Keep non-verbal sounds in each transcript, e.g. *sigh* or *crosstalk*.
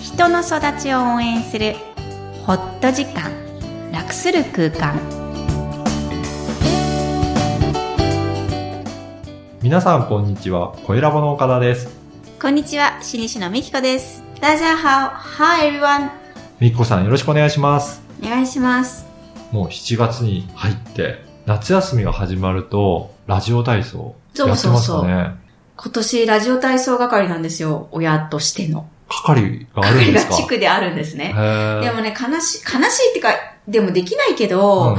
人の育ちを応援するホット時間楽する空間皆さんこんにちは、声ラボの岡田です。こんにちは新西のみきこですダジャーハオ Hi everyone みっこさんよろしくお願いします。お願いしますもう7月に入って、夏休みが始まると、ラジオ体操やってそまうすかそうね。そう今年ラジオ体操係なんですよ。親としての。係があるん彼でがすか地区であるんですね。へでーもね、悲しい、悲しいってか、でもできないけど、うん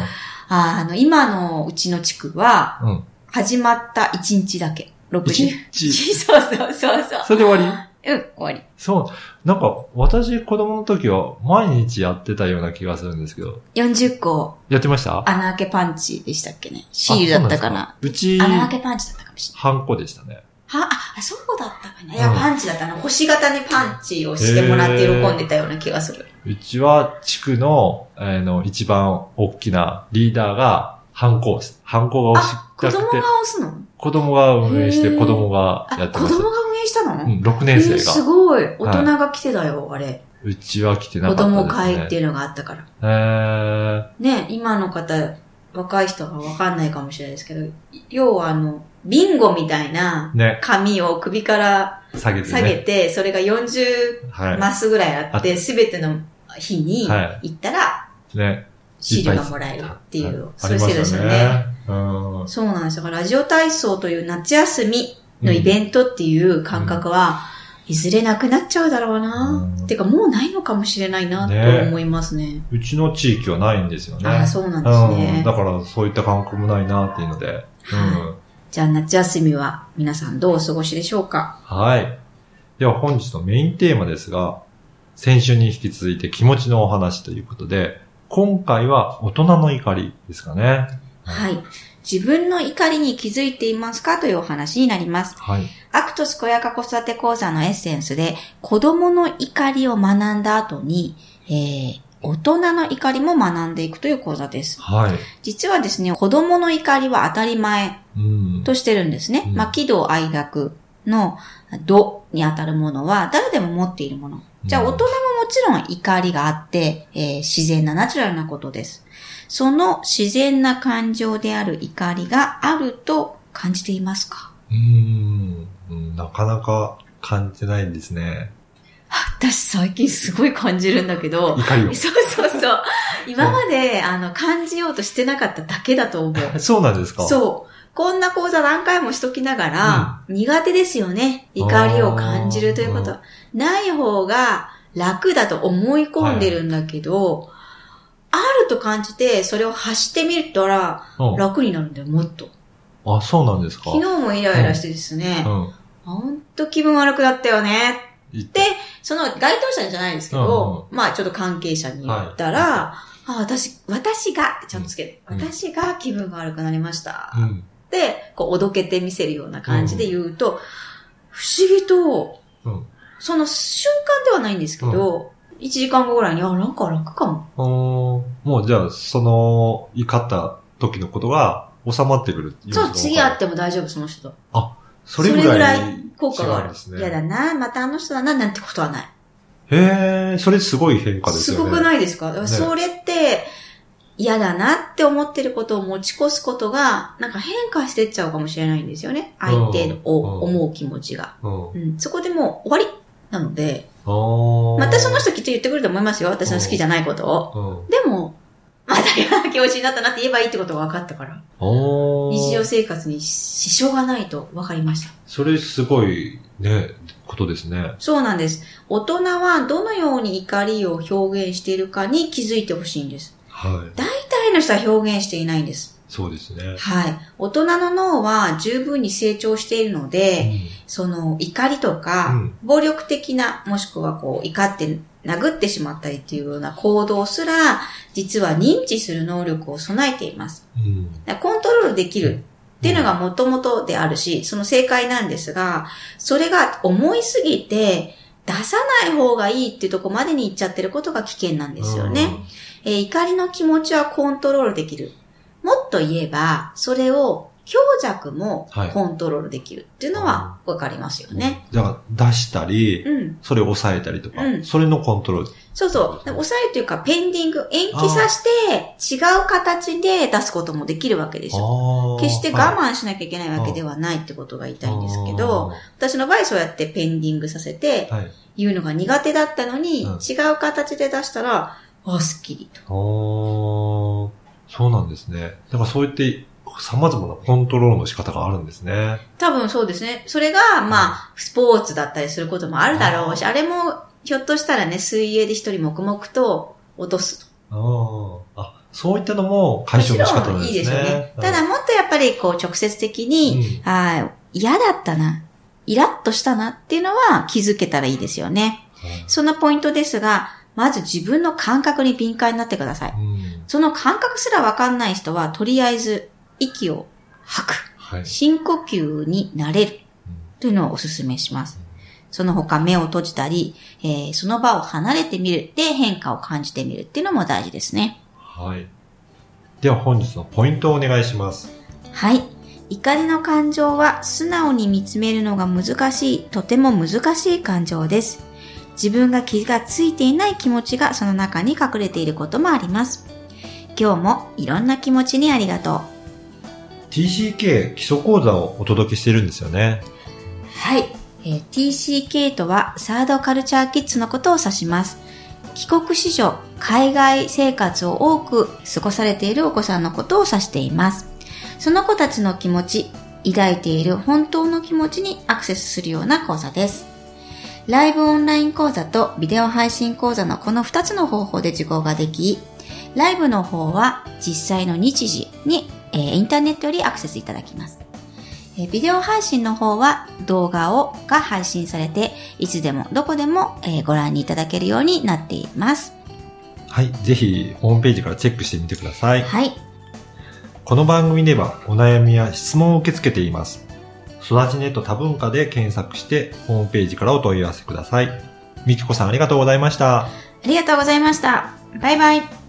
あの、今のうちの地区は、うん始まった1日だけ。6一時。日。 *laughs* そうそうそうそう。それで終わりうん、終わり。そう。なんか、私子供の時は毎日やってたような気がするんですけど。 40個、やってました穴開けパンチでしたっけね。シールだったかな。あ。そうですかう穴ち、開けパンチだったかもしれない。ハンコでしたね。は、あ、そうだったかな。いうんや、パンチだったな。星型にパンチをしてもらって喜んでたような気がする。うちは地区の、えーの、一番大きなリーダーが、ハンコをす、ハンコが押し子た供くが押、てすの子供が運営してへー子供があ、やって子ま供しが運営したの、た。うん、6年え生ーすが。ごい。大人が来てだよ、あれ。うちは来てなか子ったです、供ね。会っていうのがあったから。えー、ね、今の方、若い人はわかんないかもしれないですけど、要はあの、ビンゴみたいなね、紙を首から下げてね。下げて、それが40はマスぐらいあっあて、すべての日には行ったら、い。ね。シールがもらえるっていはう、あそういりうま制度でしすたよねね。。うんそうなんですよ。だからラジオ体操という夏休みのイベントっていう感覚は、いずれなくなっちゃうだろうな。うんてか、もうないのかもしれないな、ねと思いますね。うちの地域はないんですよね。ああ、そうなんでうすねん。だ。からそういった感覚もないなっていうので。うん。じゃあ、夏休みは皆さんどうお過ごしでしょうかはい。では本日のメインテーマですが、先週に引き続いて気持ちのお話ということで、今回は大人の怒りですかね。はい。自分の怒りに気づいていますかというお話になります。はい。アクトスこやか子育て講座のエッセンスで、子供の怒りを学んだ後に、えー、大人の怒りも学んでいくという講座です。はい。実はですね、子供の怒りは当たり前うん。としてるんですね。うんまあ、喜怒哀楽の度にあたるものは誰でも持っているもの。じゃあうん大人ももちろん怒りがあって、えー自然なナチュラルなことです。その自然な感情である怒りがあると感じていますかうーん。うんなかなか感じてないんですね。私最近すごい感じるんだけど、怒りそうそうそう。今まで、あの、感じようとしてなかっただけだと思う。を。そうなんですかう。そう。こんな講座何回もしときながら、苦手ですよね。怒りを感じるということは。ない方が楽だと思い込んでるんだけど、あると感じて、それを発してみるとら、うん、楽になるんだよ、もっと。あ、そうなんですか昨日もイライラしてですね、うん。ほんと気分悪くなったよね。言っで、その該当者じゃないんですけど、まあちょっと関係者に言ったら、あ、私、私が、ちゃんとつけて、うん私が気分が悪くなりました。うん。で、こう、おどけて見せるような感じで言うと、不思議と、うんその瞬間ではないんですけど、1時間後ぐらいに、あ、なんか楽かも。おーもうじゃあ、その、怒った時のことが収まってくるっていうそう、次会っっても大丈夫、その人と。それぐらいそれぐら効果があ違うんるです。ね嫌、だな、またあの人だな、なんてことはない。へえ、それすごい変化ですすよね。ごくないですか、ねそれって、嫌だなって思ってることを持ち越すことが、なんか変化してっちゃうかもしれないんですよね。相手を思う気持ちが。うん。うん、そこでもう終わりなので、あまたその人人、きっと言ってくると思いますよ。私の好きじゃないことを。うん。でも、また嫌な気持ちになったなって言えばいいってことが分かったから。おー日常生活に支障がないと分かりました。それすごい、ね、ことですね。そうなんです。大人はどのように怒りを表現しているかに気づいてほしいんです。はい。大体の人は表現していないんです。そうですね。はい。大人の脳は十分に成長しているので、その怒りとうかん、暴力的な、もしくはこう怒って殴ってしまったりっていうような行動すら、実は認知する能力を備えています。うん。うん。だからコントロールできるっていうのが元々であるし、その正解なんですが、それが思いすぎて、出さない方がいいっていうとこまでに行っちゃってることが危険なんですよね。えー怒りの気持ちはコントロールできる。もっと言えば、それを強弱もはいコントロールできるっていうのはわかりますよね。だから出したり、うん。それを抑えたりとか、うんそれのコントロール。そうそう。抑えるというか、ペンディング、延期させて、違う形で出すこともできるわけですよ。あー決して我慢しなきゃいけないわけではないってことが言いたいんですけど、、私の場合そうやってペンディングさせて、はい。言うのが苦手だったのに、うん違う形で出したら、あ、すっきりと。あーそうなんですね。だからそうやって、様々なコントロールの仕方があるんですね。多分そうですね。それが、まあ、スポーツだったりすることもあるだろうし、あれも、ひょっとしたらね、水泳で一人黙々と落とす。あーあ、そういったのも解消の仕方なんもでちろんいいすね。ですよね。たはい、だもっとやっぱり、こう、直接的に、ああ、嫌だったな。イラッとしたなっていうのは気づけたらいいですよね。そのポイントですが、まず自分の感覚に敏感になってください。うんうんその感覚すらわかんない人は、とりあえず、息を吐く。はい深呼吸になれるというのをお勧めします。その他目を閉じたり、えーその場を離れてみるで変化を感じてみるっていうのも大事ですね。はい。では本日のポイントをお願いします。はい。怒りの感情は素直に見つめるのが難しい、とても難しい感情です。自分が気がついていない気持ちがその中に隠れていることもあります。今日もいろんな気持ちにありがとう。 TCK 基礎講座をお届けしてるんですよね。はい、えー TCK とはサードカルチャーキッズのことを指します帰国子女海外生活を多く過ごされているお子さんのことを指していますその子たちの気持ち抱いている本当の気持ちにアクセスするような講座ですライブオンライン講座とビデオ配信講座のこの2つの方法で受講ができライブの方は実際の日時に、えーインターネットよりアクセスいただきますえービデオ配信の方は動画をが配信されて、いつでもどこでも、えーご覧にいただけるようになっています。はい。ぜひホームページからチェックしてみてください。はい。この番組ではお悩みや質問を受け付けています。育ちネット多文化で検索してホームページからお問い合わせください。みきこさんありがとうございました。ありがとうございました。バイバイ。